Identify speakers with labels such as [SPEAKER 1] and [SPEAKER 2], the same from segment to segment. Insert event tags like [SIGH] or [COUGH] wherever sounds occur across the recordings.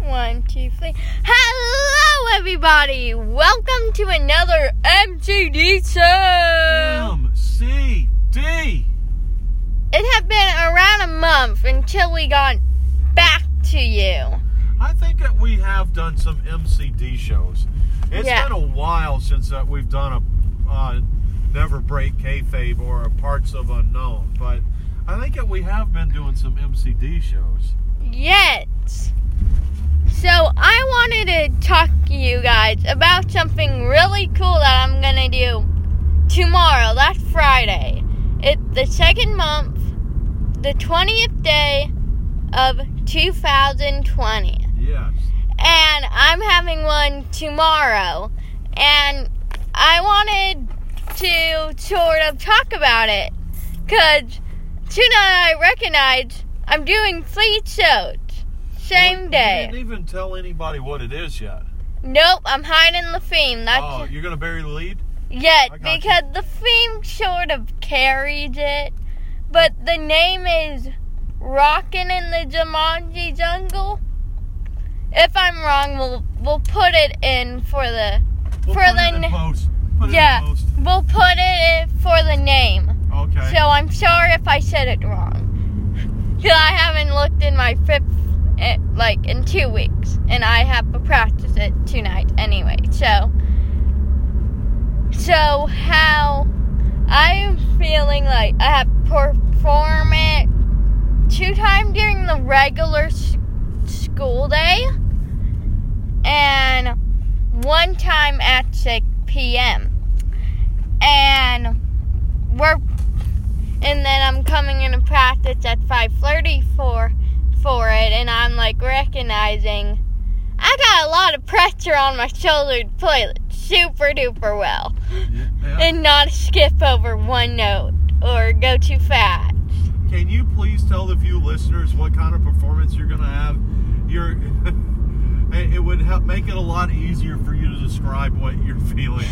[SPEAKER 1] One, two, three. Hello, everybody. Welcome to another MTD show.
[SPEAKER 2] M C D.
[SPEAKER 1] It had been around a month until we got back to you.
[SPEAKER 2] I think that we have done some MCD shows. It's
[SPEAKER 1] Yeah.
[SPEAKER 2] been a while since that we've done a uh, Never Break Kayfabe or a Parts of Unknown, but I think that we have been doing some MCD shows.
[SPEAKER 1] Yet. So I wanted to talk to you guys about something really cool that I'm gonna do tomorrow. That's Friday. It's the second month, the 20th day of 2020.
[SPEAKER 2] Yes.
[SPEAKER 1] and I'm having one tomorrow. And I wanted to sort of talk about it because tonight I recognize I'm doing three shows same
[SPEAKER 2] You
[SPEAKER 1] day.
[SPEAKER 2] didn't even tell anybody what it is yet.
[SPEAKER 1] Nope, I'm hiding the theme. That's
[SPEAKER 2] oh, you're going to bury the lead?
[SPEAKER 1] yet
[SPEAKER 2] I got you.
[SPEAKER 1] because the theme sort of carries it, but the name is "Rockin' in the Jumanji Jungle." If I'm wrong, we'll we'll put it in for the
[SPEAKER 2] We'll
[SPEAKER 1] For
[SPEAKER 2] put
[SPEAKER 1] the
[SPEAKER 2] it in
[SPEAKER 1] ne-
[SPEAKER 2] post. Put
[SPEAKER 1] Yeah.
[SPEAKER 2] it in post.
[SPEAKER 1] We'll put it in for the name.
[SPEAKER 2] Okay.
[SPEAKER 1] So I'm sorry if I said it wrong. Because I haven't looked in my fifth, eh, like, in two weeks. And I have to practice it tonight anyway. So, so how I'm feeling like I have to perform it two times during the regular s- school day. And one time at 6 p.m. And we're and then I'm coming into practice at 5:30 for for it, and I'm like recognizing I got a lot of pressure on my shoulder to play it super duper well
[SPEAKER 2] Yeah.
[SPEAKER 1] and not skip over one note or go too fast.
[SPEAKER 2] Can you please tell the few listeners what kind of performance you're going to have? You're, [LAUGHS] it it would help make it a lot easier for you to describe what you're [LAUGHS] feeling.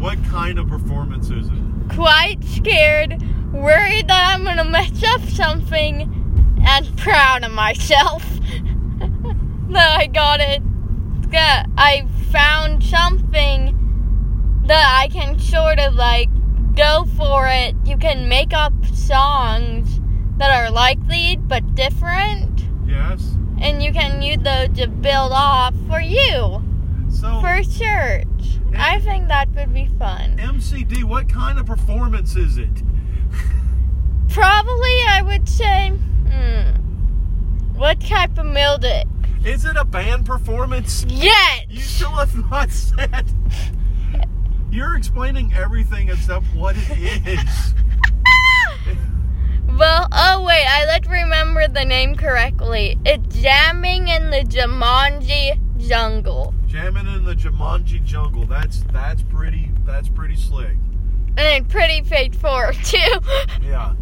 [SPEAKER 2] What kind of performance is it?
[SPEAKER 1] Quite scared, worried that I'm gonna mess up something, and proud of myself [LAUGHS] that I got it. That I found something that I can sort of like go for it. You can make up songs that are like lead but different,
[SPEAKER 2] Yes.
[SPEAKER 1] and you can use those to build off for you
[SPEAKER 2] So
[SPEAKER 1] for church. I think that would be fun.
[SPEAKER 2] MCD, what kind of performance is it?
[SPEAKER 1] Probably, I would say. Hmm, what type of meal did?
[SPEAKER 2] Is it a band performance? You
[SPEAKER 1] Yes.
[SPEAKER 2] still [LAUGHS] have not said. You're explaining everything except what it is.
[SPEAKER 1] [LAUGHS] Well, oh wait, I let remember the name correctly. It's jamming in the Jumanji jungle,
[SPEAKER 2] Jamming in the Jumanji jungle. That's that's pretty. That's pretty slick.
[SPEAKER 1] and it's pretty straightforward [LAUGHS] too.
[SPEAKER 2] Yeah.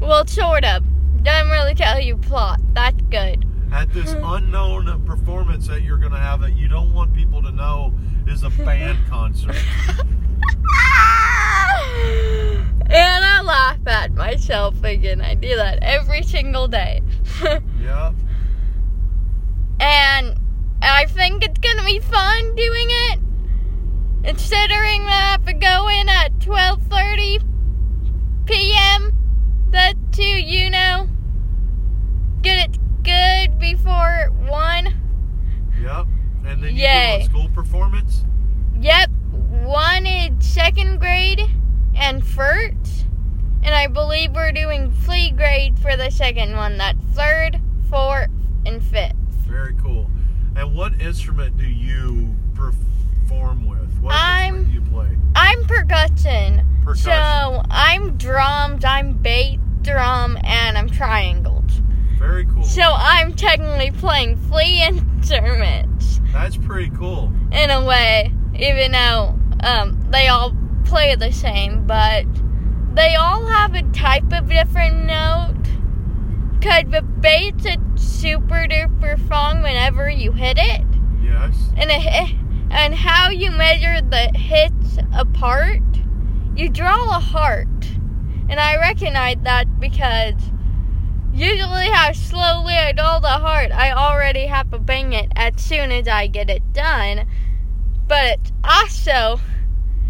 [SPEAKER 1] well, sort of. Doesn't really tell you plot. That's good. [LAUGHS]
[SPEAKER 2] at this unknown performance that you're going to have that you don't want people to know is
[SPEAKER 1] [LAUGHS]
[SPEAKER 2] a band concert.
[SPEAKER 1] and I laugh at myself again. I do that every single day. [LAUGHS]
[SPEAKER 2] Yeah.
[SPEAKER 1] and I think it's gonna be fun doing it. Considering that I have to go in at 12:30 p.m. That to you know, get it good before one.
[SPEAKER 2] Yep. And then you
[SPEAKER 1] Yay.
[SPEAKER 2] do a school performance.
[SPEAKER 1] Yep, one is second grade and first, and I believe we're doing flea grade for the second one. That third, fourth, and fifth.
[SPEAKER 2] Very cool. And what instrument do you perform with? What
[SPEAKER 1] I'm-
[SPEAKER 2] instrument do you play?
[SPEAKER 1] I'm percussion.
[SPEAKER 2] Percussion.
[SPEAKER 1] So I'm drums, I'm bass drum, and I'm triangles.
[SPEAKER 2] Very cool.
[SPEAKER 1] So I'm technically playing [LAUGHS] three instruments
[SPEAKER 2] That's pretty cool.
[SPEAKER 1] in a way, even though um, they all play the same, but they all have a type of different note. Cause the bass it's super duper strong whenever you hit it,
[SPEAKER 2] Yes.
[SPEAKER 1] and it hit, and how you measure the hits apart, you draw a heart. And I recognize that because Usually how slowly I dull the heart, I already have to bang it as soon as I get it done. But also,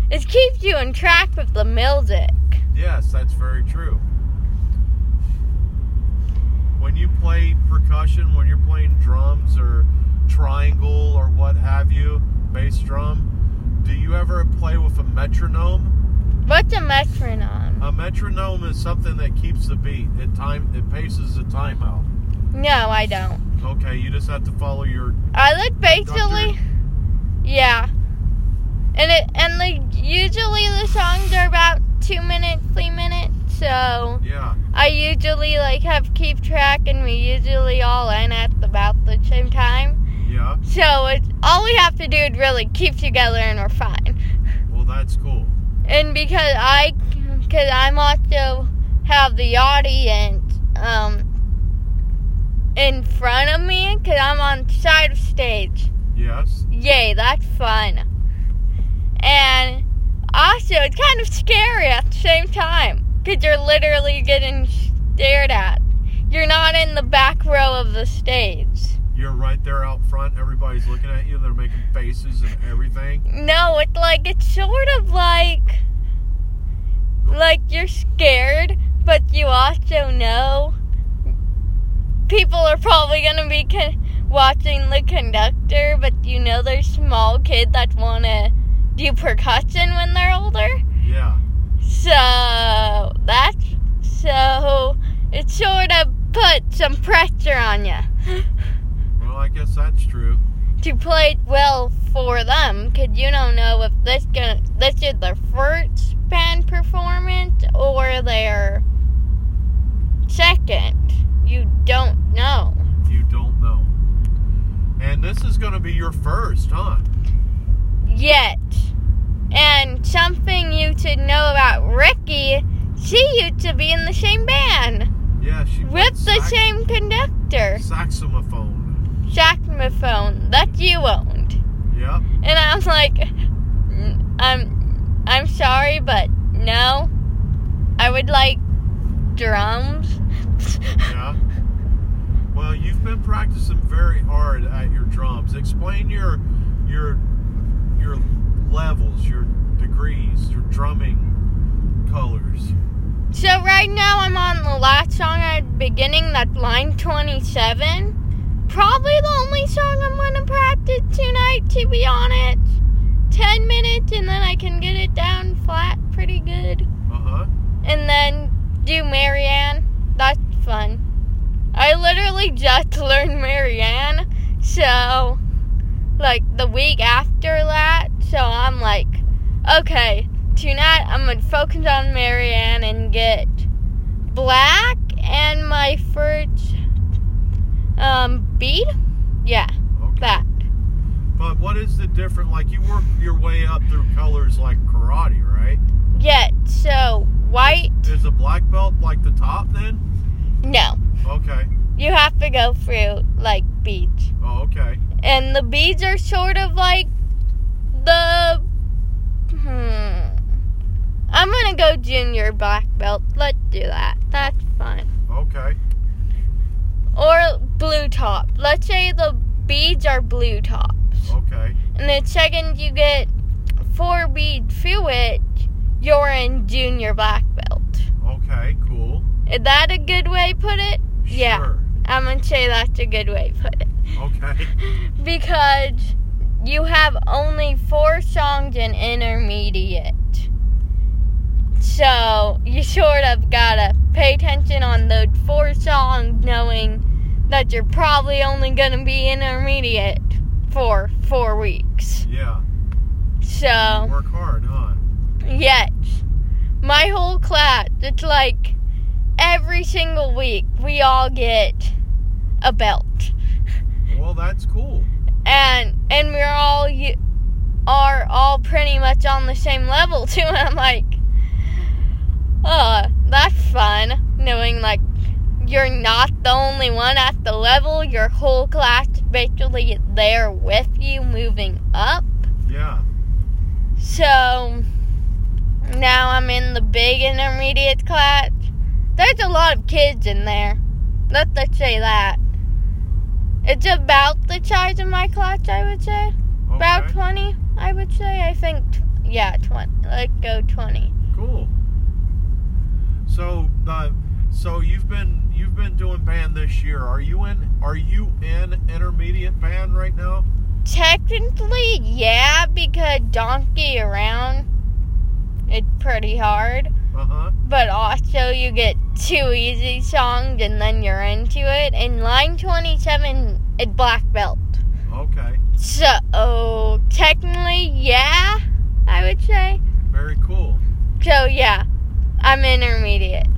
[SPEAKER 1] it keeps you in track with the music.
[SPEAKER 2] Yes, that's very true. When you play percussion, when you're playing drums or triangle or what have you, bass drum, do you ever play with a metronome?
[SPEAKER 1] What's a metronome?
[SPEAKER 2] A metronome is something that keeps the beat. It time it paces the time out.
[SPEAKER 1] No, I don't.
[SPEAKER 2] Okay, you just have to follow your
[SPEAKER 1] I look basically, yeah, and it and like usually the songs are about two minutes, three minutes, so
[SPEAKER 2] yeah.
[SPEAKER 1] I usually like have keep track, and we usually all end at about the same time.
[SPEAKER 2] Yeah.
[SPEAKER 1] So it's all we have to do is really keep together, and we're fine.
[SPEAKER 2] Well, that's cool.
[SPEAKER 1] And because I, because I'm also have the audience um in front of me, because I'm on side of stage.
[SPEAKER 2] Yes.
[SPEAKER 1] Yay, that's fun. And also, it's kind of scary at the same time because you're literally getting stared at. You're not in the back row of the stage.
[SPEAKER 2] You're right there out front. Everybody's looking at you. They're making faces and everything.
[SPEAKER 1] No, it's like it's sort of like like you're scared, but you also know people are probably gonna be con- watching the conductor, but you know there's small kids that wanna do percussion when they're older.
[SPEAKER 2] Yeah.
[SPEAKER 1] So that's so it sort of put some pressure on you
[SPEAKER 2] Well, I guess that's true.
[SPEAKER 1] to play well for them because you don't know if this gonna this is their first band performance or their second. You don't know.
[SPEAKER 2] You don't know. And this is going to be your first, huh?
[SPEAKER 1] yet. And something you should know about Ricky, she used to be in the same band
[SPEAKER 2] Yeah, she
[SPEAKER 1] with
[SPEAKER 2] played
[SPEAKER 1] the
[SPEAKER 2] sax-
[SPEAKER 1] same conductor,
[SPEAKER 2] saxophone.
[SPEAKER 1] saxophone that you owned.
[SPEAKER 2] Yep.
[SPEAKER 1] And I'm like, "N- I'm, I'm sorry, but no, I would like drums.
[SPEAKER 2] Yeah. Well, you've been practicing very hard at your drums. Explain your your your levels, your degrees, your drumming colors.
[SPEAKER 1] So right now I'm on the last song at the beginning, that's line 27. Probably the only song I'm gonna practice tonight, to be honest. 10 minutes and then I can get it down flat pretty good.
[SPEAKER 2] Uh huh.
[SPEAKER 1] And then do Marianne. That's fun. I literally just [LAUGHS] learned Marianne, so like the week after that, so I'm like, okay, tonight I'm gonna focus on Marianne and get black and my first um bead. Yeah,
[SPEAKER 2] Okay.
[SPEAKER 1] that.
[SPEAKER 2] But what is the difference? Like you work your way up through colors like karate, right?
[SPEAKER 1] Yeah, so white
[SPEAKER 2] Is a black belt like the top then?
[SPEAKER 1] no.
[SPEAKER 2] Okay.
[SPEAKER 1] You have to go through like beads.
[SPEAKER 2] Oh, okay.
[SPEAKER 1] and the beads are sort of like the hmm. I'm gonna go junior black belt. Let's do that. That's fun.
[SPEAKER 2] Okay.
[SPEAKER 1] Or blue top. Let's say the beads are blue tops.
[SPEAKER 2] Okay.
[SPEAKER 1] And the second you get four bead through it, you're in junior black belt.
[SPEAKER 2] Okay. Cool.
[SPEAKER 1] Is that a good way to put it? Yeah.
[SPEAKER 2] Sure.
[SPEAKER 1] I'm gonna say that's a good way to put it.
[SPEAKER 2] Okay.
[SPEAKER 1] because you have only four songs in intermediate. So you sort of gotta pay attention on the four songs, knowing that you're probably only gonna be intermediate for four weeks.
[SPEAKER 2] Yeah.
[SPEAKER 1] So,
[SPEAKER 2] Work hard, huh?
[SPEAKER 1] yet, my whole class, it's like every single week, we all get a belt.
[SPEAKER 2] Well, that's cool.
[SPEAKER 1] and and we're all you are all pretty much on the same level [LAUGHS] too and i'm like oh that's fun knowing like you're not the only one at the level your whole class is basically there with you moving up
[SPEAKER 2] Yeah.
[SPEAKER 1] so now i'm in the big intermediate class there's a lot of kids in there Let's just say that. It's about the size of my clutch, I would say. About
[SPEAKER 2] Okay.
[SPEAKER 1] 20, I would say. I think, tw- yeah, 20. Let's go 20.
[SPEAKER 2] Cool. So, uh, so you've been you've been doing band this year. Are you in Are you in intermediate band right now?
[SPEAKER 1] Technically, yeah, because donkey around, it's pretty hard.
[SPEAKER 2] Uh huh.
[SPEAKER 1] But also, you get two easy songs and then you're into it. And line 27, it's black belt.
[SPEAKER 2] Okay.
[SPEAKER 1] So, technically, yeah, I would say.
[SPEAKER 2] Very cool.
[SPEAKER 1] So, yeah, I'm intermediate.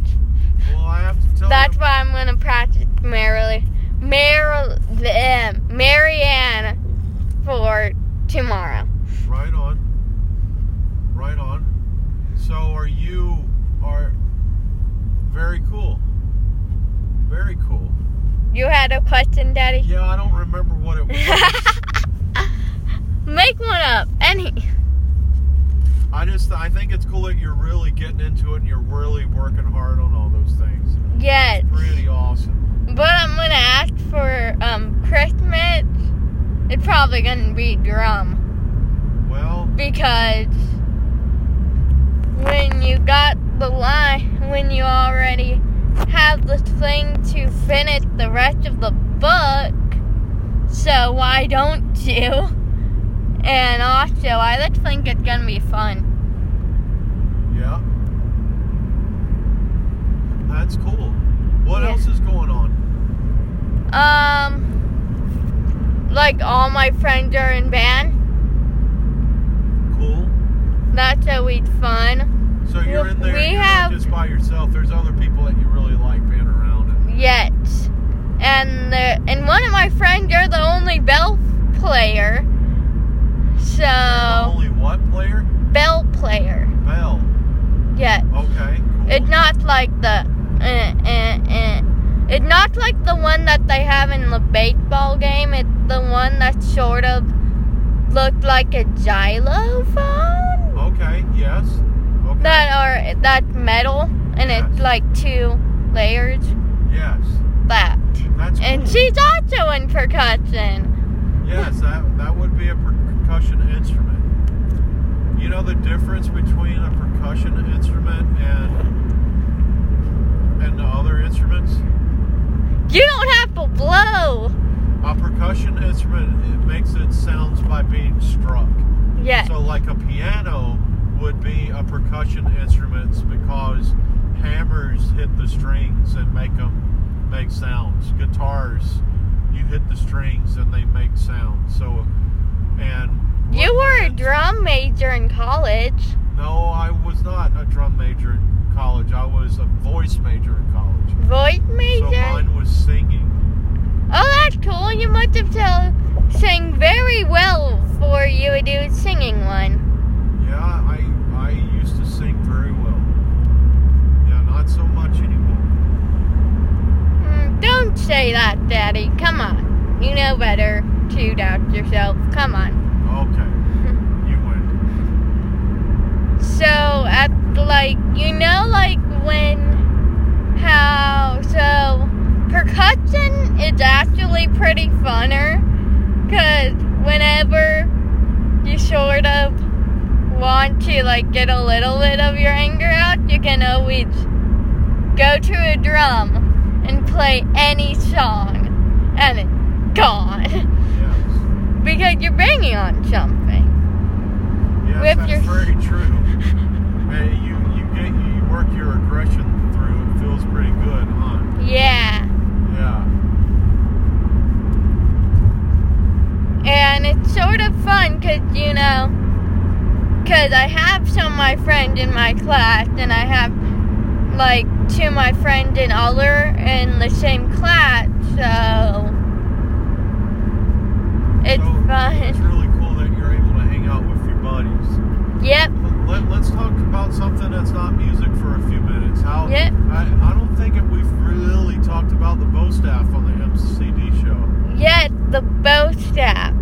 [SPEAKER 2] Well, I have to tell.
[SPEAKER 1] That's
[SPEAKER 2] them-
[SPEAKER 1] why I'm gonna practice Marilee, Mar- um, Marianne for tomorrow.
[SPEAKER 2] Right on. Right on. So are you are very cool. Very cool.
[SPEAKER 1] You had a question, Daddy? [LAUGHS]
[SPEAKER 2] Yeah, I don't remember what it was.
[SPEAKER 1] Make one up. Any.
[SPEAKER 2] I just I think it's cool that you're really getting into it and you're really working hard on all those things.
[SPEAKER 1] Yes.
[SPEAKER 2] Pretty awesome.
[SPEAKER 1] But I'm gonna ask for um Christmas. It's probably gonna be drum
[SPEAKER 2] Well,
[SPEAKER 1] because when you got the line, when you already have the thing to finish the rest of the book, so why don't you? And also, I just think it's gonna be fun.
[SPEAKER 2] yeah. That's cool. What
[SPEAKER 1] Yeah.
[SPEAKER 2] else is going on?
[SPEAKER 1] Um, like all my friends are in band.
[SPEAKER 2] Cool.
[SPEAKER 1] That's always fun.
[SPEAKER 2] So you're in there
[SPEAKER 1] We
[SPEAKER 2] you're
[SPEAKER 1] have-
[SPEAKER 2] not just by yourself. There's other people that you really like being around.
[SPEAKER 1] yet. And the, and one of my friends, you're the only bell player. So
[SPEAKER 2] Only what player?
[SPEAKER 1] bell player
[SPEAKER 2] Bell.
[SPEAKER 1] yet.
[SPEAKER 2] Okay. Cool.
[SPEAKER 1] It's not like the uh, uh, uh. it's not like the one that they have in the baseball game. It's the one that sort of looked like a xylophone
[SPEAKER 2] okay. Yes. Okay.
[SPEAKER 1] that are that metal and it's
[SPEAKER 2] Yes.
[SPEAKER 1] like two layers
[SPEAKER 2] yes.
[SPEAKER 1] that.
[SPEAKER 2] That's
[SPEAKER 1] uh, And
[SPEAKER 2] cool.
[SPEAKER 1] she's also in percussion.
[SPEAKER 2] Yes, that that would be a percussion instrument. You know the difference between a percussion instrument and and the other instruments.
[SPEAKER 1] You don't have to blow.
[SPEAKER 2] A percussion instrument it makes its sounds by being struck.
[SPEAKER 1] Yeah.
[SPEAKER 2] So, like a piano would be a percussion instrument because hammers hit the strings and make them make sounds. Guitars, you hit the strings and they make sounds. So, and
[SPEAKER 1] you were a
[SPEAKER 2] and-
[SPEAKER 1] drum major in college.
[SPEAKER 2] No, I was not a drum major in college. I was a voice major in college.
[SPEAKER 1] Voice
[SPEAKER 2] So
[SPEAKER 1] major?
[SPEAKER 2] mine was singing.
[SPEAKER 1] oh, that's cool. You must have tell, sang very well for you to do singing one.
[SPEAKER 2] Yeah, I I used to sing very well. Yeah, not so much anymore.
[SPEAKER 1] Mm, don't say that, Daddy. Come on. You know better to doubt yourself. Come on. [LAUGHS]
[SPEAKER 2] Okay, you win.
[SPEAKER 1] So, at like, you know, like when, how, so percussion is actually pretty funner. Because whenever you sort of want to like get a little bit of your anger out, you can always go to a drum and play any song and it's gone. [LAUGHS]
[SPEAKER 2] Yes.
[SPEAKER 1] because you're banging on something.
[SPEAKER 2] Yes,
[SPEAKER 1] With
[SPEAKER 2] that's
[SPEAKER 1] your-
[SPEAKER 2] very true. Hey, you you get you work your aggression through. It feels pretty good, huh?
[SPEAKER 1] Yeah.
[SPEAKER 2] Yeah.
[SPEAKER 1] And it's sort of fun because, you know, because I have some of my friends in my class and I have like two of my friends in other in the same class, so it's
[SPEAKER 2] So,
[SPEAKER 1] [LAUGHS]
[SPEAKER 2] It's
[SPEAKER 1] fun.
[SPEAKER 2] really cool that you're able to hang out with your buddies.
[SPEAKER 1] Yep,
[SPEAKER 2] Let, let's talk about something that's not music for a few minutes. How?
[SPEAKER 1] Yeah.
[SPEAKER 2] I, I don't think that we've really talked about the bow staff on the MCD show.
[SPEAKER 1] yes, the bow staff.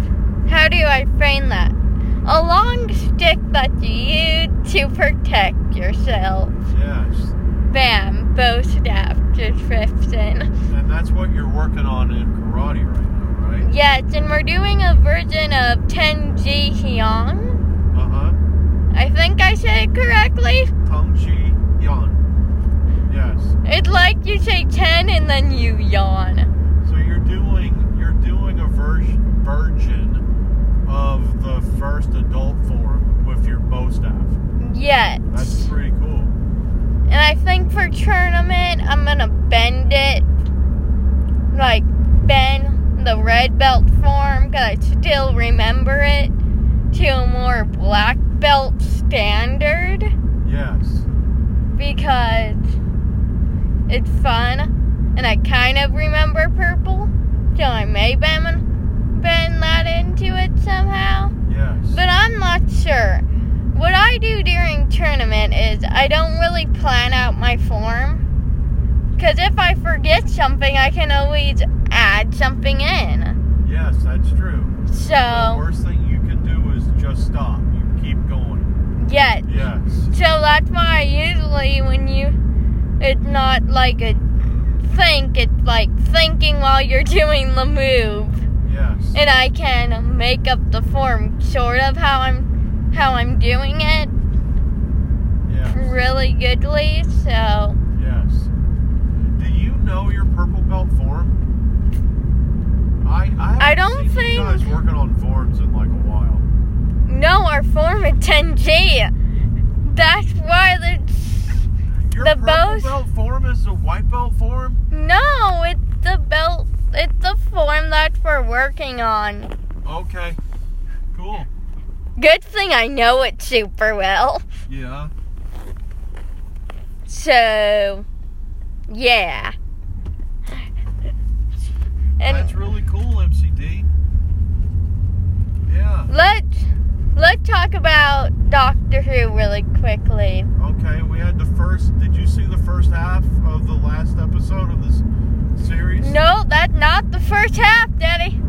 [SPEAKER 1] How do I frame that? A long stick that you use to protect yourself.
[SPEAKER 2] Yes.
[SPEAKER 1] Bam. both after [LAUGHS] Tristan.
[SPEAKER 2] And that's what you're working on in karate right now, right?
[SPEAKER 1] Yes, and we're doing a version of Tenji Hyang.
[SPEAKER 2] Uh huh.
[SPEAKER 1] I think I said it correctly.
[SPEAKER 2] Tong Chi Yan. Yes.
[SPEAKER 1] It's like you say 10 and then you yawn.
[SPEAKER 2] So you're doing you're doing a version version of the first adult form with your bow staff.
[SPEAKER 1] Yes.
[SPEAKER 2] That's pretty cool.
[SPEAKER 1] And I think for tournament, I'm gonna bend it. Like, bend the red belt form, because I still remember it, to a more black belt standard,
[SPEAKER 2] Yes.
[SPEAKER 1] because it's fun. And I kind of remember purple, so I may bend, bend that into it somehow.
[SPEAKER 2] Yes.
[SPEAKER 1] But I'm not sure. What I do during tournament is I don't really plan out my form. Because if I forget something, I can always add something in.
[SPEAKER 2] yes, that's true. The
[SPEAKER 1] So,
[SPEAKER 2] worst thing you can do is just stop. You keep going.
[SPEAKER 1] yeah.
[SPEAKER 2] Yes.
[SPEAKER 1] So that's why I usually, when you, it's not like a think, it's like thinking while you're [LAUGHS] doing the move.
[SPEAKER 2] Yes.
[SPEAKER 1] And I can make up the form sort of how I'm, how I'm doing it.
[SPEAKER 2] Yes.
[SPEAKER 1] really goodly. So
[SPEAKER 2] Yes. Do you know your purple belt form? I I,
[SPEAKER 1] I
[SPEAKER 2] haven't
[SPEAKER 1] don't
[SPEAKER 2] seen
[SPEAKER 1] think-
[SPEAKER 2] you guys working on forms in like a while.
[SPEAKER 1] no, our form at 10G. That's why the
[SPEAKER 2] Your
[SPEAKER 1] The
[SPEAKER 2] purple
[SPEAKER 1] bows-
[SPEAKER 2] belt form is the white belt form.
[SPEAKER 1] no, it's the belt. It's the form that we're working on.
[SPEAKER 2] Okay. Cool.
[SPEAKER 1] Good thing I know it super well.
[SPEAKER 2] Yeah.
[SPEAKER 1] So, yeah.
[SPEAKER 2] That's
[SPEAKER 1] And
[SPEAKER 2] really cool, MCD. Yeah.
[SPEAKER 1] let's let's talk about Doctor Who really quickly.
[SPEAKER 2] Okay. We had the first. Did you see the first half of the last episode of this series?
[SPEAKER 1] No, that's not the first half, Daddy.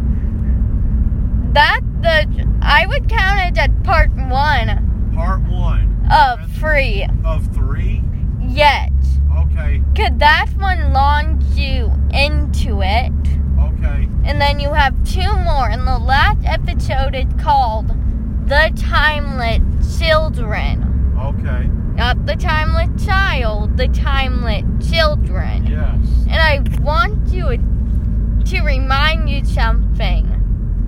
[SPEAKER 1] That the I would count it as part one
[SPEAKER 2] Part one
[SPEAKER 1] of free.
[SPEAKER 2] of three.
[SPEAKER 1] Yet,
[SPEAKER 2] Okay.
[SPEAKER 1] cause that one launched you into it,
[SPEAKER 2] Okay.
[SPEAKER 1] and then you have two more. And the last episode is called "The Timeless Children,"
[SPEAKER 2] Okay.
[SPEAKER 1] not the Timeless Child, the Timeless Children.
[SPEAKER 2] Yes.
[SPEAKER 1] And I want you to remind you something.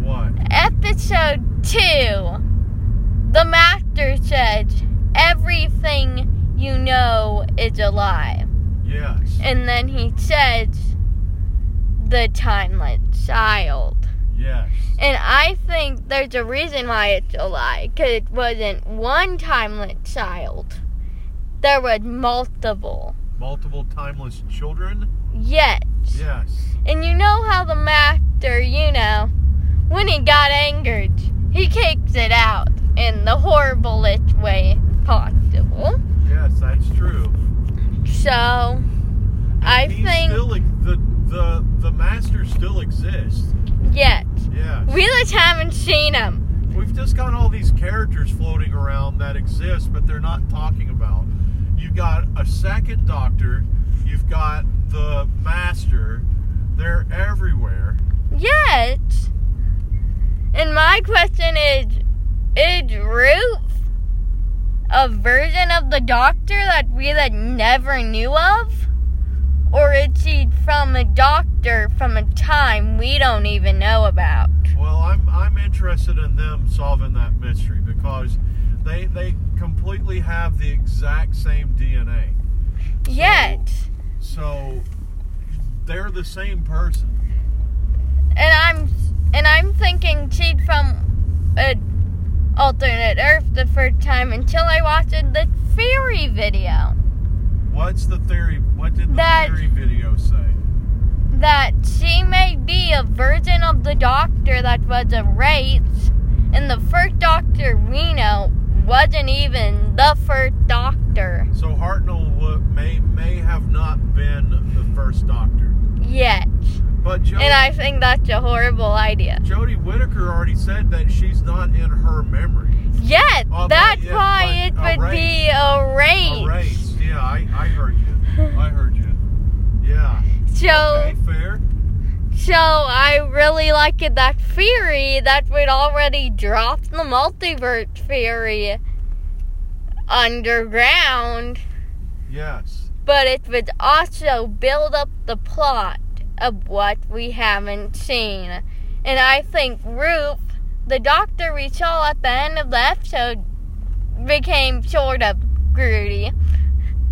[SPEAKER 2] What?
[SPEAKER 1] Episode 2 The Master says, Everything you know is a lie.
[SPEAKER 2] Yes.
[SPEAKER 1] And then he says, The Timeless Child.
[SPEAKER 2] Yes.
[SPEAKER 1] And I think there's a reason why it's a lie, because it wasn't one Timeless Child, there was multiple.
[SPEAKER 2] Multiple timeless children.
[SPEAKER 1] Yet.
[SPEAKER 2] Yes.
[SPEAKER 1] And you know how the master, you know, when he got angered, he kicked it out in the horriblest way possible.
[SPEAKER 2] Yes, that's true.
[SPEAKER 1] So, I
[SPEAKER 2] He
[SPEAKER 1] think,
[SPEAKER 2] still ex- the the the master still exists.
[SPEAKER 1] yet.
[SPEAKER 2] Yes.
[SPEAKER 1] We just haven't seen him.
[SPEAKER 2] We've just got all these characters floating around that exist, but they're not talking about. You've got a second doctor, you've got the master, they're everywhere.
[SPEAKER 1] Yet. And my question is is Ruth a version of the doctor that we that never knew of? Or is she from a doctor from a time we don't even know about?
[SPEAKER 2] Well, I'm I'm interested in them solving that mystery because they they completely have the exact same DNA.
[SPEAKER 1] Yet.
[SPEAKER 2] So they're the same person.
[SPEAKER 1] And I'm and I'm thinking she's from an alternate Earth the first time until I watched the theory video.
[SPEAKER 2] What's the theory? What did the
[SPEAKER 1] That-
[SPEAKER 2] theory video say?
[SPEAKER 1] that she may be a virgin of the doctor that was erased, and the first doctor we know wasn't even the first doctor
[SPEAKER 2] So Hartnell wa- may may have not been the first doctor,
[SPEAKER 1] yet.
[SPEAKER 2] but Jody,
[SPEAKER 1] And I think that's a horrible idea.
[SPEAKER 2] Jody Whittaker already said that she's not in her memory.
[SPEAKER 1] Yet,
[SPEAKER 2] Oh, but
[SPEAKER 1] that's
[SPEAKER 2] yeah,
[SPEAKER 1] why it
[SPEAKER 2] but
[SPEAKER 1] would be erased.
[SPEAKER 2] Erased. Yeah, I, I heard you. I heard you. Yeah.
[SPEAKER 1] So
[SPEAKER 2] Okay, fair.
[SPEAKER 1] so I really liked that theory that we'd already dropped the multiverse theory underground,
[SPEAKER 2] Yes.
[SPEAKER 1] but it would also build up the plot of what we haven't seen. And I think Ruth, the doctor we saw at the end of the episode, became sort of Groody.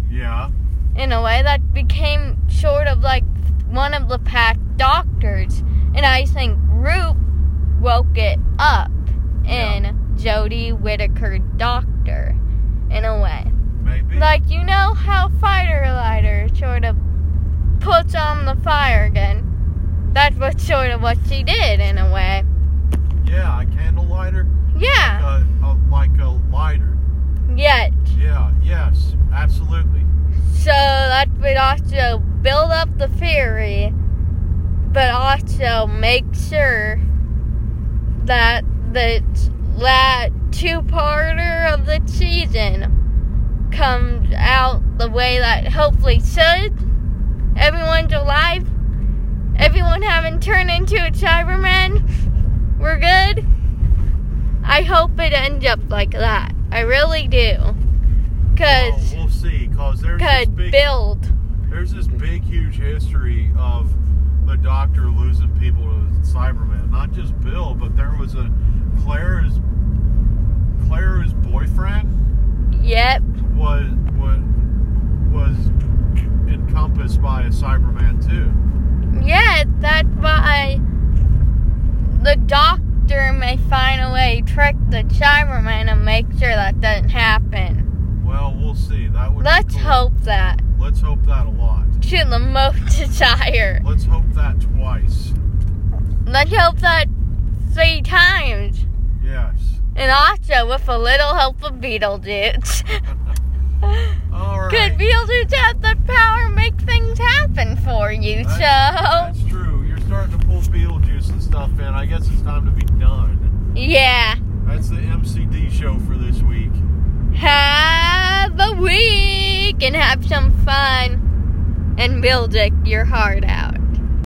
[SPEAKER 2] Yeah.
[SPEAKER 1] in a way that became sort of like one of the pack doctors. And I think Roop woke it up in Jodie Whittaker Doctor, in a way.
[SPEAKER 2] Maybe.
[SPEAKER 1] Like, you know how Fighter Lighter sort of puts on the fire again? That was sort of what she did, in a way.
[SPEAKER 2] yeah, a candle lighter.
[SPEAKER 1] Yeah,
[SPEAKER 2] Uh, uh, like a lighter.
[SPEAKER 1] yet.
[SPEAKER 2] Yeah. Yes. Absolutely.
[SPEAKER 1] So that would also build up the theory, but also make sure that the that two-parter of the season comes out the way that hopefully should. Everyone's alive. Everyone haven't turned into a Cyberman. We're good. I hope it ends up like that. I really do.
[SPEAKER 2] Well,
[SPEAKER 1] Cause
[SPEAKER 2] Uh, we'll see. Cause there's this
[SPEAKER 1] could
[SPEAKER 2] big
[SPEAKER 1] build.
[SPEAKER 2] there's this big huge history of the doctor losing people to Cybermen. Not just Bill, but there was a Claire's Claire's boyfriend
[SPEAKER 1] Yep.
[SPEAKER 2] was was was encompassed by a Cyberman too.
[SPEAKER 1] Yeah, that's why the doctor may find a way to trick the Cyberman and make sure that doesn't happen.
[SPEAKER 2] Well, we'll see. That would. be
[SPEAKER 1] Let's
[SPEAKER 2] cool.
[SPEAKER 1] hope that.
[SPEAKER 2] Let's hope that a lot.
[SPEAKER 1] To the [LAUGHS] most desire.
[SPEAKER 2] Let's hope that twice.
[SPEAKER 1] Let's hope that three times.
[SPEAKER 2] Yes.
[SPEAKER 1] And also with a little help of Beetlejuice. [LAUGHS]
[SPEAKER 2] All right.
[SPEAKER 1] Could Beetlejuice have the power to make things happen for you,
[SPEAKER 2] That's-
[SPEAKER 1] so
[SPEAKER 2] That's true. You're starting to pull Beetlejuice and stuff in. I guess it's time to be done.
[SPEAKER 1] yeah.
[SPEAKER 2] That's the MCD show for this week.
[SPEAKER 1] Have a week and have some fun and build it your heart out.